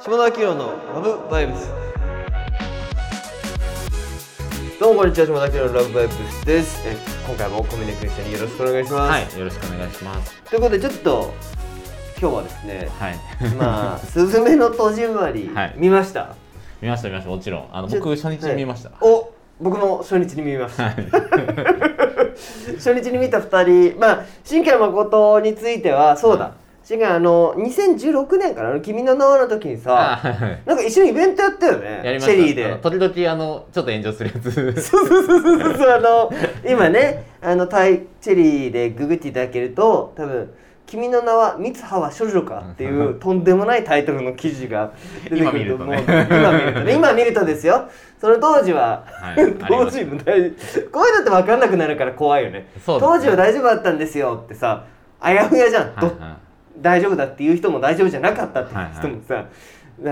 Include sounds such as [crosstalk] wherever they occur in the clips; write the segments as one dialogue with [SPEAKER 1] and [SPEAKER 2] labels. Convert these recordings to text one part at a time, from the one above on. [SPEAKER 1] 下田明のラブバイブスどうもこんにちは下田明のラブバイブスですえ今回もコミュニケーションによろしくお願いします、
[SPEAKER 2] はい、よろしくお願いします。
[SPEAKER 1] ということでちょっと今日はです
[SPEAKER 2] [laughs]
[SPEAKER 1] ね
[SPEAKER 2] はい。
[SPEAKER 1] まあ「すずめの戸締まり
[SPEAKER 2] はい」
[SPEAKER 1] 見ました、
[SPEAKER 2] 見ました見ました、もちろん。あの
[SPEAKER 1] ちょ
[SPEAKER 2] 僕初日に見ました。
[SPEAKER 1] はいお僕も初日に見ました、初日に見た2人まあ新海誠についてはそうだ、
[SPEAKER 2] はい
[SPEAKER 1] 新海あの2016年からの「君の名は」の時に
[SPEAKER 2] あ
[SPEAKER 1] さ
[SPEAKER 2] はいはい
[SPEAKER 1] なんか一緒にイベントやったよね
[SPEAKER 2] [laughs] やりま
[SPEAKER 1] チ
[SPEAKER 2] し
[SPEAKER 1] ェ
[SPEAKER 2] た。
[SPEAKER 1] リー
[SPEAKER 2] あの
[SPEAKER 1] で
[SPEAKER 2] 時々あのちょっと炎上するやつ。
[SPEAKER 1] そうそうそうそうそうあの今ねあのタイチェリーでググっていただけると多分「君の名は三葉は処女か」っていう
[SPEAKER 2] [laughs]
[SPEAKER 1] とんでもないタイトルの記事が出てくると思う
[SPEAKER 2] 今見るとね
[SPEAKER 1] 今見る
[SPEAKER 2] [laughs]
[SPEAKER 1] とね今見るとですよその当時は、
[SPEAKER 2] はい
[SPEAKER 1] 当時も大こういうのって分かんなくなるから怖いよね
[SPEAKER 2] そうですね
[SPEAKER 1] 当時は大丈夫だったんですよってさあやふやじゃん、
[SPEAKER 2] はい
[SPEAKER 1] ど
[SPEAKER 2] は
[SPEAKER 1] 大丈夫だっていう人も大丈夫じゃなかったっていう人もさ、あ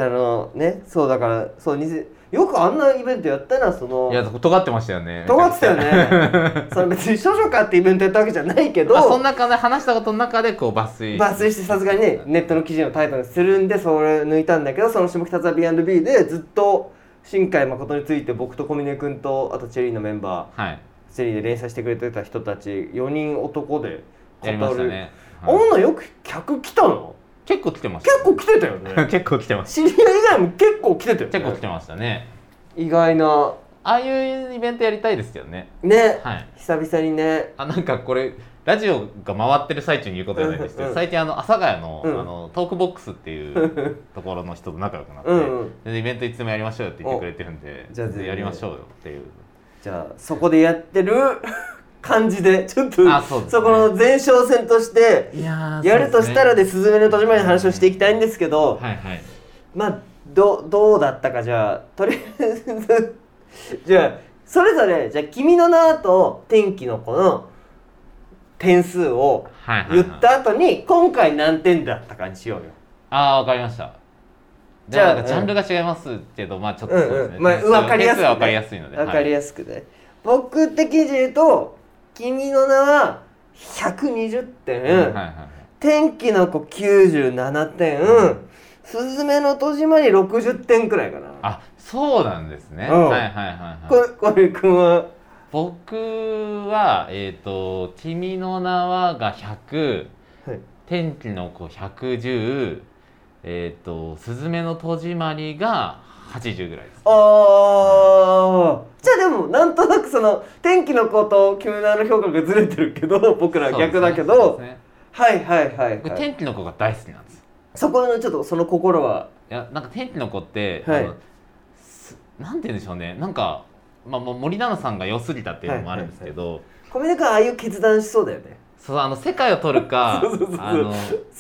[SPEAKER 1] のねそうだからそうにせよくあんなイベントやったなその
[SPEAKER 2] い。いや、尖ってましたよね。
[SPEAKER 1] 尖ってたよ
[SPEAKER 2] [laughs]
[SPEAKER 1] ねその別に「少女か」ってイベントやったわけじゃないけど
[SPEAKER 2] まあそんな感じで話したことの中でこう抜粋。
[SPEAKER 1] 抜粋してさすがにねネットの記事のタイトルにするんでそれ抜いたんだけどその下北沢 B&B でずっと新海誠について僕と小峰君とあとチェリーのメンバ
[SPEAKER 2] はい。
[SPEAKER 1] ーチェリーで連載してくれてた人たち4人男で語
[SPEAKER 2] やりました
[SPEAKER 1] る、
[SPEAKER 2] ね。はい
[SPEAKER 1] 女よく客来たの
[SPEAKER 2] 結構来てました。
[SPEAKER 1] 結構来てたよね
[SPEAKER 2] [laughs] 結構来てまし
[SPEAKER 1] 知り合い以外も結構来てたよ、ね、
[SPEAKER 2] た。結構来てましたね。
[SPEAKER 1] 意外な
[SPEAKER 2] ああいうイベントやりたいですけどね。
[SPEAKER 1] ね、
[SPEAKER 2] はい。
[SPEAKER 1] 久々にね
[SPEAKER 2] あなんかこれラジオが回ってる最中に言うことじゃないんですけ
[SPEAKER 1] うんうん
[SPEAKER 2] ど最近あの阿佐ヶ谷の,、
[SPEAKER 1] うん
[SPEAKER 2] あのトークボックスっていう
[SPEAKER 1] [laughs]
[SPEAKER 2] ところの人と仲良くなって、
[SPEAKER 1] うんうん
[SPEAKER 2] でイベントいつでもやりましょうよって言ってくれてるんで
[SPEAKER 1] おじゃあぜひ
[SPEAKER 2] やりましょうよっていう
[SPEAKER 1] じゃあそこでやってる [laughs] 感じでちょっと
[SPEAKER 2] あそう
[SPEAKER 1] そ,、
[SPEAKER 2] ですね
[SPEAKER 1] この前哨戦として
[SPEAKER 2] いや
[SPEAKER 1] やるとしたらで「
[SPEAKER 2] す
[SPEAKER 1] すずめの戸締まり」の話をしていきたいんですけど、
[SPEAKER 2] はいはい
[SPEAKER 1] まあどどうだったかじゃあとりあえず [laughs] じゃあそれぞれじゃあ「君の名」と「天気の子」の点数を
[SPEAKER 2] はいはい、はい、
[SPEAKER 1] 言った後に今回何点だったかにしようよ。
[SPEAKER 2] ああわかりました
[SPEAKER 1] じ
[SPEAKER 2] じ
[SPEAKER 1] ゃあ
[SPEAKER 2] ゃあなんかジャンルが違いますけど、まあちょっとそうですね、
[SPEAKER 1] うんうんまあわかりやすくね
[SPEAKER 2] 点数はわかりやすいので
[SPEAKER 1] わかり
[SPEAKER 2] や
[SPEAKER 1] やすくね、僕的に言うと「君の名」は120点。
[SPEAKER 2] はいはいはい
[SPEAKER 1] 天気の子97点、すずめの戸締まり60点くらいかな
[SPEAKER 2] あそうなんですね、
[SPEAKER 1] うん
[SPEAKER 2] はいはいはいはい
[SPEAKER 1] ここれくんは
[SPEAKER 2] 僕はえっ、と「君の名は」が100
[SPEAKER 1] はい
[SPEAKER 2] 「天気の子」110えっ、と「すずめの戸締まり」が80ぐらいです
[SPEAKER 1] あーじゃあでもなんとなくその天気の子と君の名の評価がずれてるけど僕らは逆だけ
[SPEAKER 2] そう
[SPEAKER 1] ど、
[SPEAKER 2] ですね
[SPEAKER 1] はいはいはい、
[SPEAKER 2] 僕
[SPEAKER 1] はい、
[SPEAKER 2] 天気の子が大好きなんです
[SPEAKER 1] そこのちょっとその心はい
[SPEAKER 2] やなんか天気の子って、
[SPEAKER 1] はい
[SPEAKER 2] あのすなんて言うんでしょうねなんか、まあ、もう森七菜さんが良すぎたっていうのもあるんですけど、
[SPEAKER 1] 小峰君ああいう決断しそうだよね
[SPEAKER 2] そうあの世界を取る
[SPEAKER 1] [laughs]
[SPEAKER 2] か
[SPEAKER 1] そうそうそうそう
[SPEAKER 2] あの
[SPEAKER 1] 好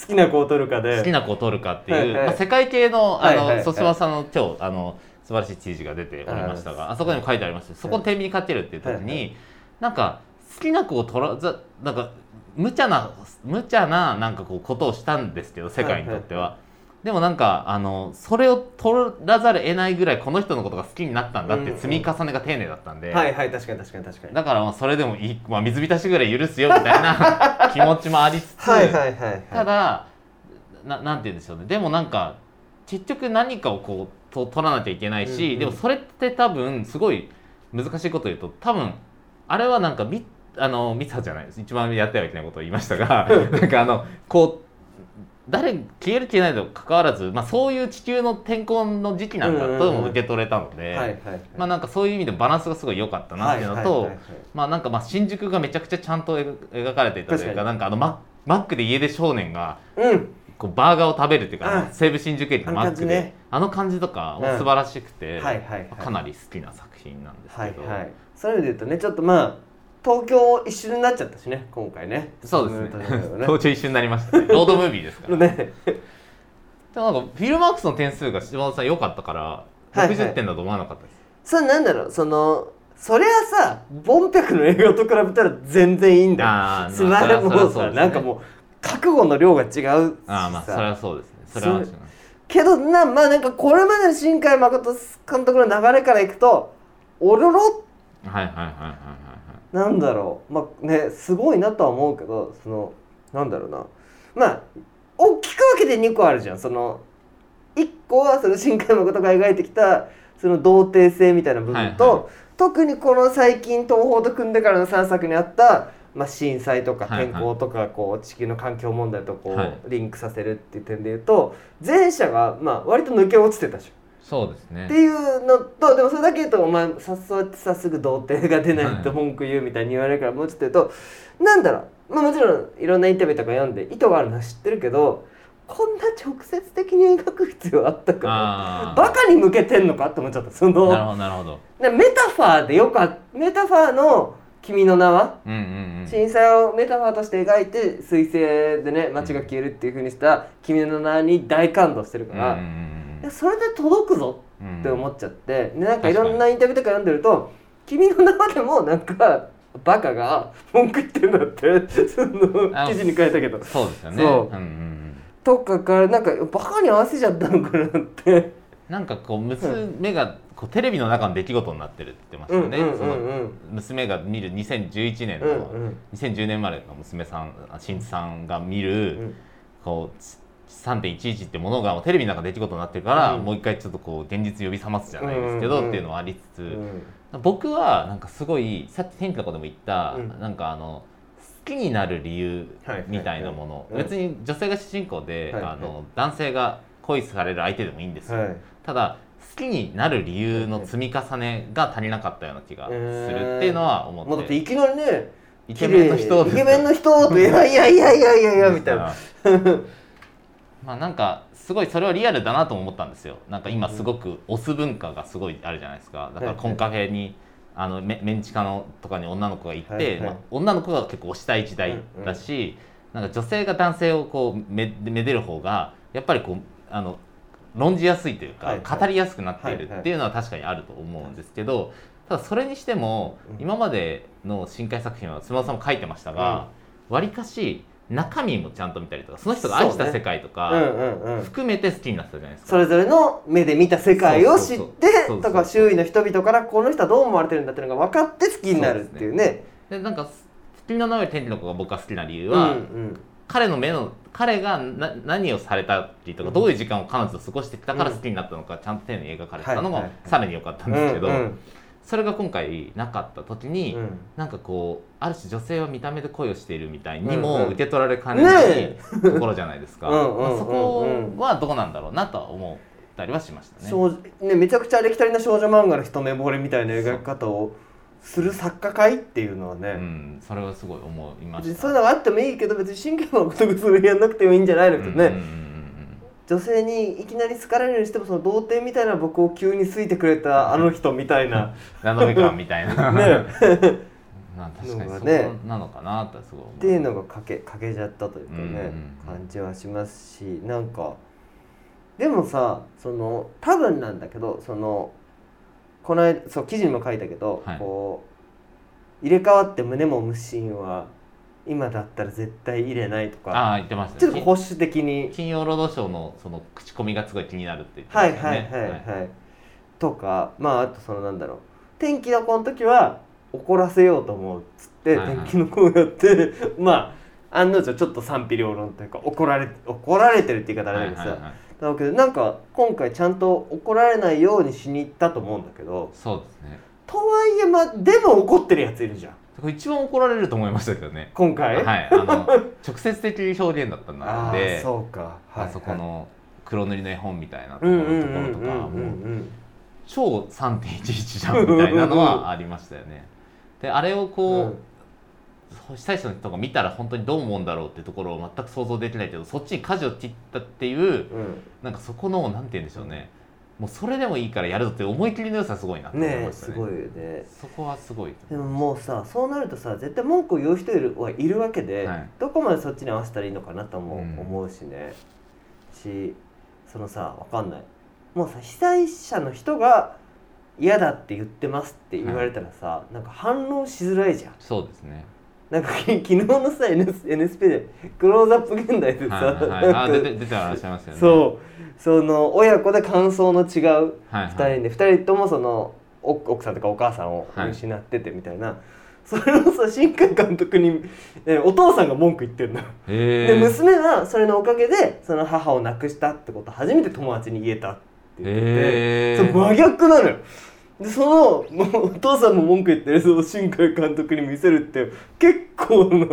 [SPEAKER 1] きな子を取るかで
[SPEAKER 2] 好きな子を取るかっていう、
[SPEAKER 1] はいはい
[SPEAKER 2] まあ、世界系のあ
[SPEAKER 1] はいはいはい
[SPEAKER 2] の粗島さんの今日あの素晴らしい記事が出ておりましたがあそこにも書いてありましたそこの天秤にかけるっていう時
[SPEAKER 1] はいは
[SPEAKER 2] になんか好きな子を取らざなんか無茶な無茶ななんかこうことをしたんですけど世界にとっては。でもなんかあのそれを取らざるを得ないぐらいこの人のことが好きになったんだっ
[SPEAKER 1] うんう
[SPEAKER 2] て
[SPEAKER 1] ん
[SPEAKER 2] 積み重ねが丁寧だったんで、
[SPEAKER 1] はいはい確かに確かに確かに
[SPEAKER 2] だからまあそれでもいい、まあ、水浸しぐらい許すよみたいな [laughs] 気持ちもありつつ、
[SPEAKER 1] はいはいはいはい
[SPEAKER 2] ただ、ななんて言うんでしょうねでもなんか結局何かをこうと取らなきゃいけないし、
[SPEAKER 1] うんうん
[SPEAKER 2] でもそれって多分すごい難しいこと言うと多分あれはなんかみあのミサじゃないです一番やってはいけないことを言いまし
[SPEAKER 1] [laughs]
[SPEAKER 2] たがなんかあのこう誰消える消えないと関わらず、まあ、そういう地球の天候の時期なんだとも受け取れたの
[SPEAKER 1] は
[SPEAKER 2] で、
[SPEAKER 1] いはいはい
[SPEAKER 2] まあ、なんかそういう意味でバランスがすごい良かったなっていうのと。
[SPEAKER 1] はいはいはいはい
[SPEAKER 2] まあなんかまあ新宿がめちゃくちゃちゃんと描描かれていたとい
[SPEAKER 1] 確か
[SPEAKER 2] うか
[SPEAKER 1] に
[SPEAKER 2] なんかあのママックで家出少年が
[SPEAKER 1] うん
[SPEAKER 2] こうバーガーを食べるっていうか
[SPEAKER 1] あ
[SPEAKER 2] あの西武新宿駅のマッ
[SPEAKER 1] あの感
[SPEAKER 2] ク
[SPEAKER 1] じ
[SPEAKER 2] で
[SPEAKER 1] ね
[SPEAKER 2] あの感じとか
[SPEAKER 1] うん
[SPEAKER 2] も素晴らしくて、
[SPEAKER 1] はいはいはい
[SPEAKER 2] かなり好きな作品なんです
[SPEAKER 1] は
[SPEAKER 2] け
[SPEAKER 1] い
[SPEAKER 2] ど、
[SPEAKER 1] はい、そういう意味で言うとねちょっとまあ東京一周になっちゃったしね今回ね
[SPEAKER 2] そうですね
[SPEAKER 1] 東京
[SPEAKER 2] [laughs] 登場一緒になりました
[SPEAKER 1] [laughs]
[SPEAKER 2] ねロードムービーですか
[SPEAKER 1] の
[SPEAKER 2] ら
[SPEAKER 1] ね
[SPEAKER 2] でもなんかフィルマークスの点数が島田さん良かったから
[SPEAKER 1] はい
[SPEAKER 2] 60点だと思わなかったです、
[SPEAKER 1] それなんだろうそのそりゃさボンペクの映画と比べたら全然いいんだよ
[SPEAKER 2] あー
[SPEAKER 1] つま
[SPEAKER 2] そり
[SPEAKER 1] ら
[SPEAKER 2] ゃ
[SPEAKER 1] も
[SPEAKER 2] そりゃそうう
[SPEAKER 1] さ
[SPEAKER 2] ですね
[SPEAKER 1] なんかもう覚悟の量が違うしさ
[SPEAKER 2] ああまあそれはそうですねそれは確かに
[SPEAKER 1] けどなまあなんかこれまでの新海誠監督の流れからいくとおろろ
[SPEAKER 2] はいはいはいはいはいはい
[SPEAKER 1] なんだろうまあねすごいなとは思うけどそのなんだろうなまあ大きく分けて2個あるじゃんその一個はその新海誠が描いてきたその童貞性みたいな部分と、
[SPEAKER 2] はいは
[SPEAKER 1] 特にこの最近東宝と組んでからの3作にあった、まあ、震災とか
[SPEAKER 2] はいはい
[SPEAKER 1] 天候とかこう地球の環境問題とこ
[SPEAKER 2] はいう
[SPEAKER 1] リンクさせるっていう点で言うと前者がまあ割と抜け落ちてたでしょ。
[SPEAKER 2] そうですね
[SPEAKER 1] っていうのとでもそれだけ言うとお前さっそうやってさすぐ童貞が出ないと
[SPEAKER 2] はい
[SPEAKER 1] 文句言うみたいに言われるからもうちょっと言うとなんだろう、まあ、もちろんいろんなインタビューとか読んで意図があるのは知ってるけどこんな直接的に描く必要あったか
[SPEAKER 2] あー
[SPEAKER 1] バカに向けてんのかって思っちゃったそ
[SPEAKER 2] なる
[SPEAKER 1] の
[SPEAKER 2] ほどなるほど
[SPEAKER 1] ねメタファーでよくあメタファーの「君の名は」
[SPEAKER 2] うんうんうん
[SPEAKER 1] 震災をメタファーとして描いて彗星でね街が消えるっていうふうにした「君の名は」に大感動してるから、
[SPEAKER 2] うん
[SPEAKER 1] いやそれで届くぞ
[SPEAKER 2] うんうん
[SPEAKER 1] って思
[SPEAKER 2] っ
[SPEAKER 1] っちゃって、でなんかいろんなインタビューとか読んでると「君の名は」でもなんかバカが文句言ってんだってその
[SPEAKER 2] あ
[SPEAKER 1] 記事に書いたけど
[SPEAKER 2] たそうですよね
[SPEAKER 1] そうん
[SPEAKER 2] うんうん
[SPEAKER 1] とかからなんかバカに合わせちゃったのかなって
[SPEAKER 2] なんかこう娘がこうテレビの中の出来事になってるって言ってましたよねその
[SPEAKER 1] ん
[SPEAKER 2] 娘が見る2011年
[SPEAKER 1] うんうん
[SPEAKER 2] の2010年生まれの娘さんあ新さんが見る、
[SPEAKER 1] うん
[SPEAKER 2] こうつ3.11ってものがテレビの中で出来事になってるから、
[SPEAKER 1] うん
[SPEAKER 2] もう一回ちょっとこう現実呼び覚ますじゃないですけ
[SPEAKER 1] うんう
[SPEAKER 2] ど、
[SPEAKER 1] んうん
[SPEAKER 2] っていうのはありつつ、
[SPEAKER 1] うん
[SPEAKER 2] 僕はなんかすごいさっき天気の子でも言った、
[SPEAKER 1] うん
[SPEAKER 2] なんかあの好きになる理由みたいなもの、
[SPEAKER 1] はいはいはい
[SPEAKER 2] 別に女性が主人公で、
[SPEAKER 1] はいはい
[SPEAKER 2] あの男性が恋される相手でもいいんですよ、
[SPEAKER 1] はい
[SPEAKER 2] ただ好きになる理由の積み重ねが足りなかったような気がするっていうのは思って、
[SPEAKER 1] もうだっていきなりね
[SPEAKER 2] イケメンの人
[SPEAKER 1] 綺麗イケメンの人といやいやいやいやいやいやみたいな
[SPEAKER 2] [laughs] まあなんかすごいそれはリアルだなとも思ったんですよなんか今すごくオス文化がすごいあるじゃないですかだからコンカフェにあのメメンチカのとかに女の子が行って、
[SPEAKER 1] はいはい
[SPEAKER 2] まあ、女の子が結構推したい時代だし、なんか女性が男性をこうめめでる方がやっぱりこうあの論じやすいというか、
[SPEAKER 1] はいはい
[SPEAKER 2] 語りやすくなっているっていうのは確かにあると思うんですけど、ただそれにしても、
[SPEAKER 1] うん
[SPEAKER 2] 今までの深海作品は妻さんも書いてましたがわり、割かし中身もちゃんと見たりとかその人が愛し
[SPEAKER 1] そう
[SPEAKER 2] た
[SPEAKER 1] ね
[SPEAKER 2] 世界と
[SPEAKER 1] うんう
[SPEAKER 2] か、
[SPEAKER 1] んうん
[SPEAKER 2] 含めて好きになってたじゃないです
[SPEAKER 1] そ
[SPEAKER 2] か。
[SPEAKER 1] れぞれの目で見た世界を知っ
[SPEAKER 2] そうそう
[SPEAKER 1] て
[SPEAKER 2] そうそう
[SPEAKER 1] とか周囲の人々からこの人はどう思われてるんだっていうのが分かって好きになるっていうね
[SPEAKER 2] でなんか「君の名より天気の子」が僕が好きな理由
[SPEAKER 1] うんう
[SPEAKER 2] は、
[SPEAKER 1] ん
[SPEAKER 2] 彼の目の彼がな何をされたりとか、
[SPEAKER 1] うん
[SPEAKER 2] どういう時間を彼女と過ごしてきたから好きになったのか、ちゃんと丁寧に描かれてたの
[SPEAKER 1] はい
[SPEAKER 2] が
[SPEAKER 1] はいはい
[SPEAKER 2] さらに良かったんですけど、
[SPEAKER 1] うんうん
[SPEAKER 2] それが今回なかった時に。
[SPEAKER 1] うん
[SPEAKER 2] なんかこうある種女性は見た目で恋をしているみたいにも
[SPEAKER 1] うんうん
[SPEAKER 2] 受け取られかねない
[SPEAKER 1] ね
[SPEAKER 2] ところじゃないですか、
[SPEAKER 1] [laughs] うんうんうんうん
[SPEAKER 2] まあそこはどうなんだろうなとは思ったりはしましたね。
[SPEAKER 1] 少女ね、めちゃくちゃありきたりな少女漫画の一目惚れみたいな描き方をする作家会っていうのは
[SPEAKER 2] う
[SPEAKER 1] ね、
[SPEAKER 2] ん、それはすごい思いま
[SPEAKER 1] 別に
[SPEAKER 2] した。
[SPEAKER 1] そういうのがあってもいいけど別に神経のことそれやんなくてもいいんじゃないのってね、
[SPEAKER 2] うんうんうんうん
[SPEAKER 1] 女性にいきなり好かれるにしてもその童貞みたいな僕を急に好いてくれたあの人みたいな、
[SPEAKER 2] ラノベ感みたい
[SPEAKER 1] [laughs]
[SPEAKER 2] な、
[SPEAKER 1] ね
[SPEAKER 2] まあ確かに
[SPEAKER 1] の
[SPEAKER 2] そ
[SPEAKER 1] が
[SPEAKER 2] こ
[SPEAKER 1] ね
[SPEAKER 2] なのかなってすごい思
[SPEAKER 1] っていうのが欠け欠けちゃったというかね、
[SPEAKER 2] うんうんうん
[SPEAKER 1] 感じはしますしなんかでもさその多分なんだけどそのこの間そう記事にも書いたけど、
[SPEAKER 2] はい
[SPEAKER 1] こう入れ替わって胸も無心は今だったら絶対入れないとか
[SPEAKER 2] ああ言ってました
[SPEAKER 1] ちょ
[SPEAKER 2] ね
[SPEAKER 1] っと保守的に
[SPEAKER 2] 金金曜ロードショーのその口コミがすごい気になるって言ってま
[SPEAKER 1] は
[SPEAKER 2] し
[SPEAKER 1] い
[SPEAKER 2] た
[SPEAKER 1] はい
[SPEAKER 2] ね
[SPEAKER 1] はいはい、とかまああとそのなんだろう天気の子の時は怒らせようと思うっつって、
[SPEAKER 2] はいはい
[SPEAKER 1] 天気の子をやって [laughs] まあ案の定ちょっと賛否両論というか怒られ怒られてるって言い方あれだけど
[SPEAKER 2] はいはい
[SPEAKER 1] さ
[SPEAKER 2] はい
[SPEAKER 1] だけどなんか今回ちゃんと怒られないようにしに行ったと思うんだけど
[SPEAKER 2] そうですね
[SPEAKER 1] とはいえまあでも怒ってるやついるじゃん
[SPEAKER 2] これ一番怒られると思いましたけどね
[SPEAKER 1] 今回、
[SPEAKER 2] はい、あの直接的表現だったん
[SPEAKER 1] あ
[SPEAKER 2] だ
[SPEAKER 1] あ
[SPEAKER 2] であ,、
[SPEAKER 1] そうか、はいはい
[SPEAKER 2] そこの黒塗りの絵本みたいなとこ
[SPEAKER 1] うん
[SPEAKER 2] ろ
[SPEAKER 1] うんう
[SPEAKER 2] ところ
[SPEAKER 1] ん
[SPEAKER 2] と
[SPEAKER 1] う
[SPEAKER 2] か
[SPEAKER 1] んう
[SPEAKER 2] もうん
[SPEAKER 1] うん
[SPEAKER 2] 超3.11じゃんみたいなのはありましたよね。であれを
[SPEAKER 1] う
[SPEAKER 2] こ
[SPEAKER 1] ん
[SPEAKER 2] う、被災者の人が見たら本当にどう思うんだろうってところを全く想像できないけどそっちに舵を切ったっていう
[SPEAKER 1] うん
[SPEAKER 2] なんかそこのなんて言うんでしょうねもうそれでもいいからやるぞって思い切りの良さすごいなって思い
[SPEAKER 1] ねえ
[SPEAKER 2] ました
[SPEAKER 1] す
[SPEAKER 2] ね。
[SPEAKER 1] ごいよね
[SPEAKER 2] そこはすごいと
[SPEAKER 1] で
[SPEAKER 2] 思
[SPEAKER 1] も
[SPEAKER 2] う
[SPEAKER 1] もうさそうなるとさ絶対文句を言う人いるはいるわけで、
[SPEAKER 2] はい
[SPEAKER 1] どこまでそっちに合わせたらいいのかなとも
[SPEAKER 2] うん
[SPEAKER 1] 思うしね、しそのさわかんないもうさ被災者の人が嫌だって言ってますって言われたらさ、なんか反論しづらいじゃん
[SPEAKER 2] そうですね。
[SPEAKER 1] なんかき昨日のさ NS NSP でクローズアップ現代でさ、
[SPEAKER 2] はいはい、
[SPEAKER 1] な
[SPEAKER 2] あ
[SPEAKER 1] んか
[SPEAKER 2] 出て出てらっしゃいましたよね。う、
[SPEAKER 1] そうその親子で感想の違う
[SPEAKER 2] はいはい、
[SPEAKER 1] 2人で2人ともそのお奥さんとかお母さんを
[SPEAKER 2] はい
[SPEAKER 1] 失っててみたいな、それをさ新海監督に、えーお父さんが文句言ってるの
[SPEAKER 2] へ
[SPEAKER 1] で
[SPEAKER 2] え
[SPEAKER 1] 娘はそれのおかげでその母を亡くしたってことを初めて友達に言えたって言ってて、
[SPEAKER 2] へ
[SPEAKER 1] そう真逆なのよでそのもうお父さんも文句言ってるその新海監督に見せるって結構な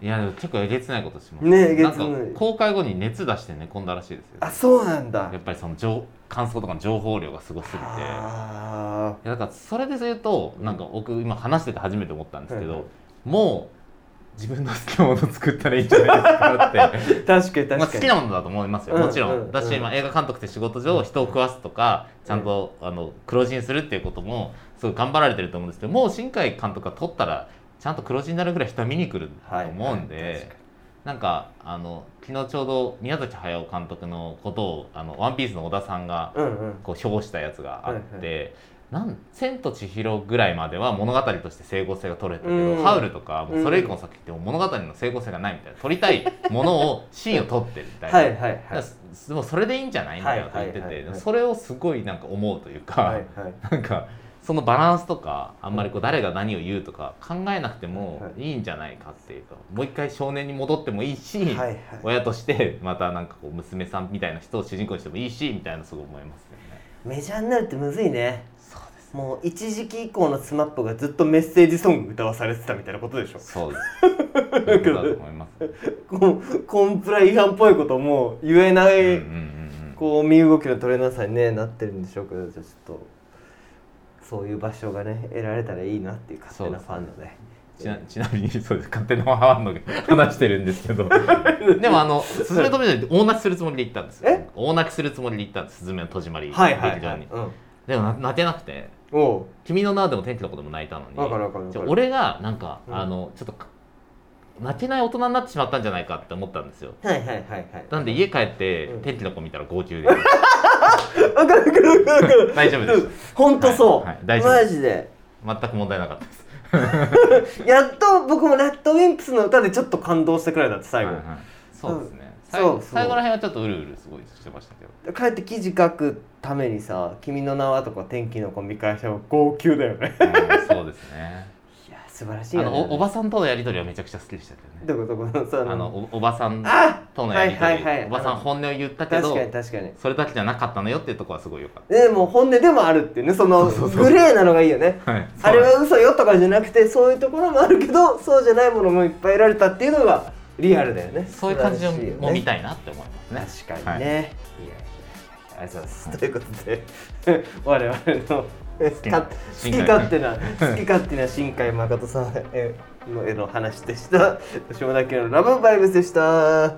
[SPEAKER 1] い
[SPEAKER 2] やでも結構えげつないことします
[SPEAKER 1] ねえげつない
[SPEAKER 2] んか公開後に熱出して寝込んだらしいですよ
[SPEAKER 1] あそうなんだ
[SPEAKER 2] やっぱりその情感想とかの情報量がすごすぎていや
[SPEAKER 1] あ
[SPEAKER 2] だからそれで言うとなんか僕今話してて初めて思ったんですけど、
[SPEAKER 1] はいは
[SPEAKER 2] もう自分の好きなものを作ったらいいんじゃないですかって
[SPEAKER 1] ー [laughs] 確かに確かに、
[SPEAKER 2] まあ、好きなものだと思いますよ、
[SPEAKER 1] うん
[SPEAKER 2] もちろん、
[SPEAKER 1] うん
[SPEAKER 2] だし、
[SPEAKER 1] うん
[SPEAKER 2] まあ、映画監督って仕事上人を食わすとか、ちゃんとあの黒字にするっていうこともすごい頑張られてると思うんですけどもう新海監督が取ったらちゃんと黒字になるぐらい人は見に来ると思うんで、
[SPEAKER 1] はいはい確か
[SPEAKER 2] なんかあの昨日ちょうど宮崎駿監督のことを「あのワンピースの小田さんが
[SPEAKER 1] うんうん
[SPEAKER 2] こう評したやつがあって。
[SPEAKER 1] はい
[SPEAKER 2] なん千と千尋ぐらいまでは物語として整合性が取れたけど、
[SPEAKER 1] うん
[SPEAKER 2] ハウルとかもうそれ以降の作品ってもう物語の整合性がないみたいな撮りたいものをシーンを撮ってるみたいな、
[SPEAKER 1] はいはいはい
[SPEAKER 2] だからもうそれでいいんじゃないみたいなこと言ってて、
[SPEAKER 1] はいはいはいはい
[SPEAKER 2] それをすごいなんか思うというか、
[SPEAKER 1] はいはい
[SPEAKER 2] [laughs] なんかそのバランスとかあんまりこう誰が何を言うとか考えなくてもいいんじゃないかっていうか、もう一回少年に戻ってもいいし、
[SPEAKER 1] はいはい
[SPEAKER 2] 親としてまたなんかこう娘さんみたいな人を主人公にしてもいいしみたいなすごい思いますよね。
[SPEAKER 1] メジャーになるってむずいね
[SPEAKER 2] そうです
[SPEAKER 1] もう一時期以降のスマップがずっとメッセージソング歌わされてたみたいな [laughs] ことでしょ
[SPEAKER 2] そうです。そういうことだと思います。
[SPEAKER 1] こうコンプラ違反っぽいことも言えない、
[SPEAKER 2] うんうんうんうん
[SPEAKER 1] こう身動きの取れなさに、ね、なってるんでしょうけどちょっとそういう場所がね得られたらいいなっていう勝手なファンのね
[SPEAKER 2] ちなちなみにそうです勝手なハワの話してるんです
[SPEAKER 1] [laughs]
[SPEAKER 2] けどでもあの「すずめとめじゃ大泣きするつもりで行ったんですよ
[SPEAKER 1] え
[SPEAKER 2] 大泣きするつもりで行ったんです「すずめの戸締まり」
[SPEAKER 1] はいはい
[SPEAKER 2] 劇
[SPEAKER 1] は
[SPEAKER 2] 場
[SPEAKER 1] い、
[SPEAKER 2] に
[SPEAKER 1] うん、
[SPEAKER 2] でもな泣けなくて
[SPEAKER 1] おう
[SPEAKER 2] 「君の名は」でも天気のことも泣いたのに
[SPEAKER 1] わかるわかるわ
[SPEAKER 2] じ
[SPEAKER 1] か
[SPEAKER 2] ゃあ
[SPEAKER 1] る
[SPEAKER 2] 俺がなんか、
[SPEAKER 1] うん
[SPEAKER 2] あのちょっとか泣けない大人になってしまったんじゃないかって思ったんですよ
[SPEAKER 1] はいはいはいはい
[SPEAKER 2] なんで家帰って、
[SPEAKER 1] うん
[SPEAKER 2] 天気の子見たら号泣で
[SPEAKER 1] わかるわかるわかるわか
[SPEAKER 2] 大丈夫
[SPEAKER 1] る
[SPEAKER 2] で
[SPEAKER 1] うん
[SPEAKER 2] す
[SPEAKER 1] 本当そう、
[SPEAKER 2] はいはい大丈夫
[SPEAKER 1] マジで
[SPEAKER 2] 全く問題なかったです
[SPEAKER 1] やっと僕もラッドウィンプスの歌でちょっと感動したくらいだって最後、
[SPEAKER 2] はいはいそうですね、
[SPEAKER 1] うん
[SPEAKER 2] 最
[SPEAKER 1] そう
[SPEAKER 2] 後
[SPEAKER 1] そう
[SPEAKER 2] 最後ら辺はちょっとうるうるすごいしてまし
[SPEAKER 1] [laughs]
[SPEAKER 2] たけど
[SPEAKER 1] 帰って記事書くためにさ「君の名は」とか「天気の子」見返しても号泣だよね
[SPEAKER 2] うんそうですね。
[SPEAKER 1] いや素晴らし
[SPEAKER 2] あ
[SPEAKER 1] いよね
[SPEAKER 2] のおおばさんとのやりとりはめちゃくちゃ好きでしたけど
[SPEAKER 1] どこ
[SPEAKER 2] ね。
[SPEAKER 1] どこのさ
[SPEAKER 2] あのおおばさん
[SPEAKER 1] あ
[SPEAKER 2] とのやりとり、
[SPEAKER 1] はいはいはい
[SPEAKER 2] おばさん本音を言ったけ
[SPEAKER 1] 確
[SPEAKER 2] ど
[SPEAKER 1] か、に確かに
[SPEAKER 2] それだけじゃなかったのよっていうところはすごい良かっ
[SPEAKER 1] でも本音でもあるっていうねその
[SPEAKER 2] そうそうそう
[SPEAKER 1] グレーなのがいいよね
[SPEAKER 2] た。はい。
[SPEAKER 1] あれは嘘よとかじゃなくてそういうところもあるけどそうじゃないものもいっぱい得られたっていうのがリアルだよね
[SPEAKER 2] そういう感じを
[SPEAKER 1] 素晴らしいよね
[SPEAKER 2] も見たいなって思いますね。
[SPEAKER 1] 確かにね、い、やいやいやありがとうございます、ということで [laughs] 我々の好き
[SPEAKER 2] きな
[SPEAKER 1] 好き勝手な好き勝手な新海誠さんへの絵の話でした下田家のラブバイブスでした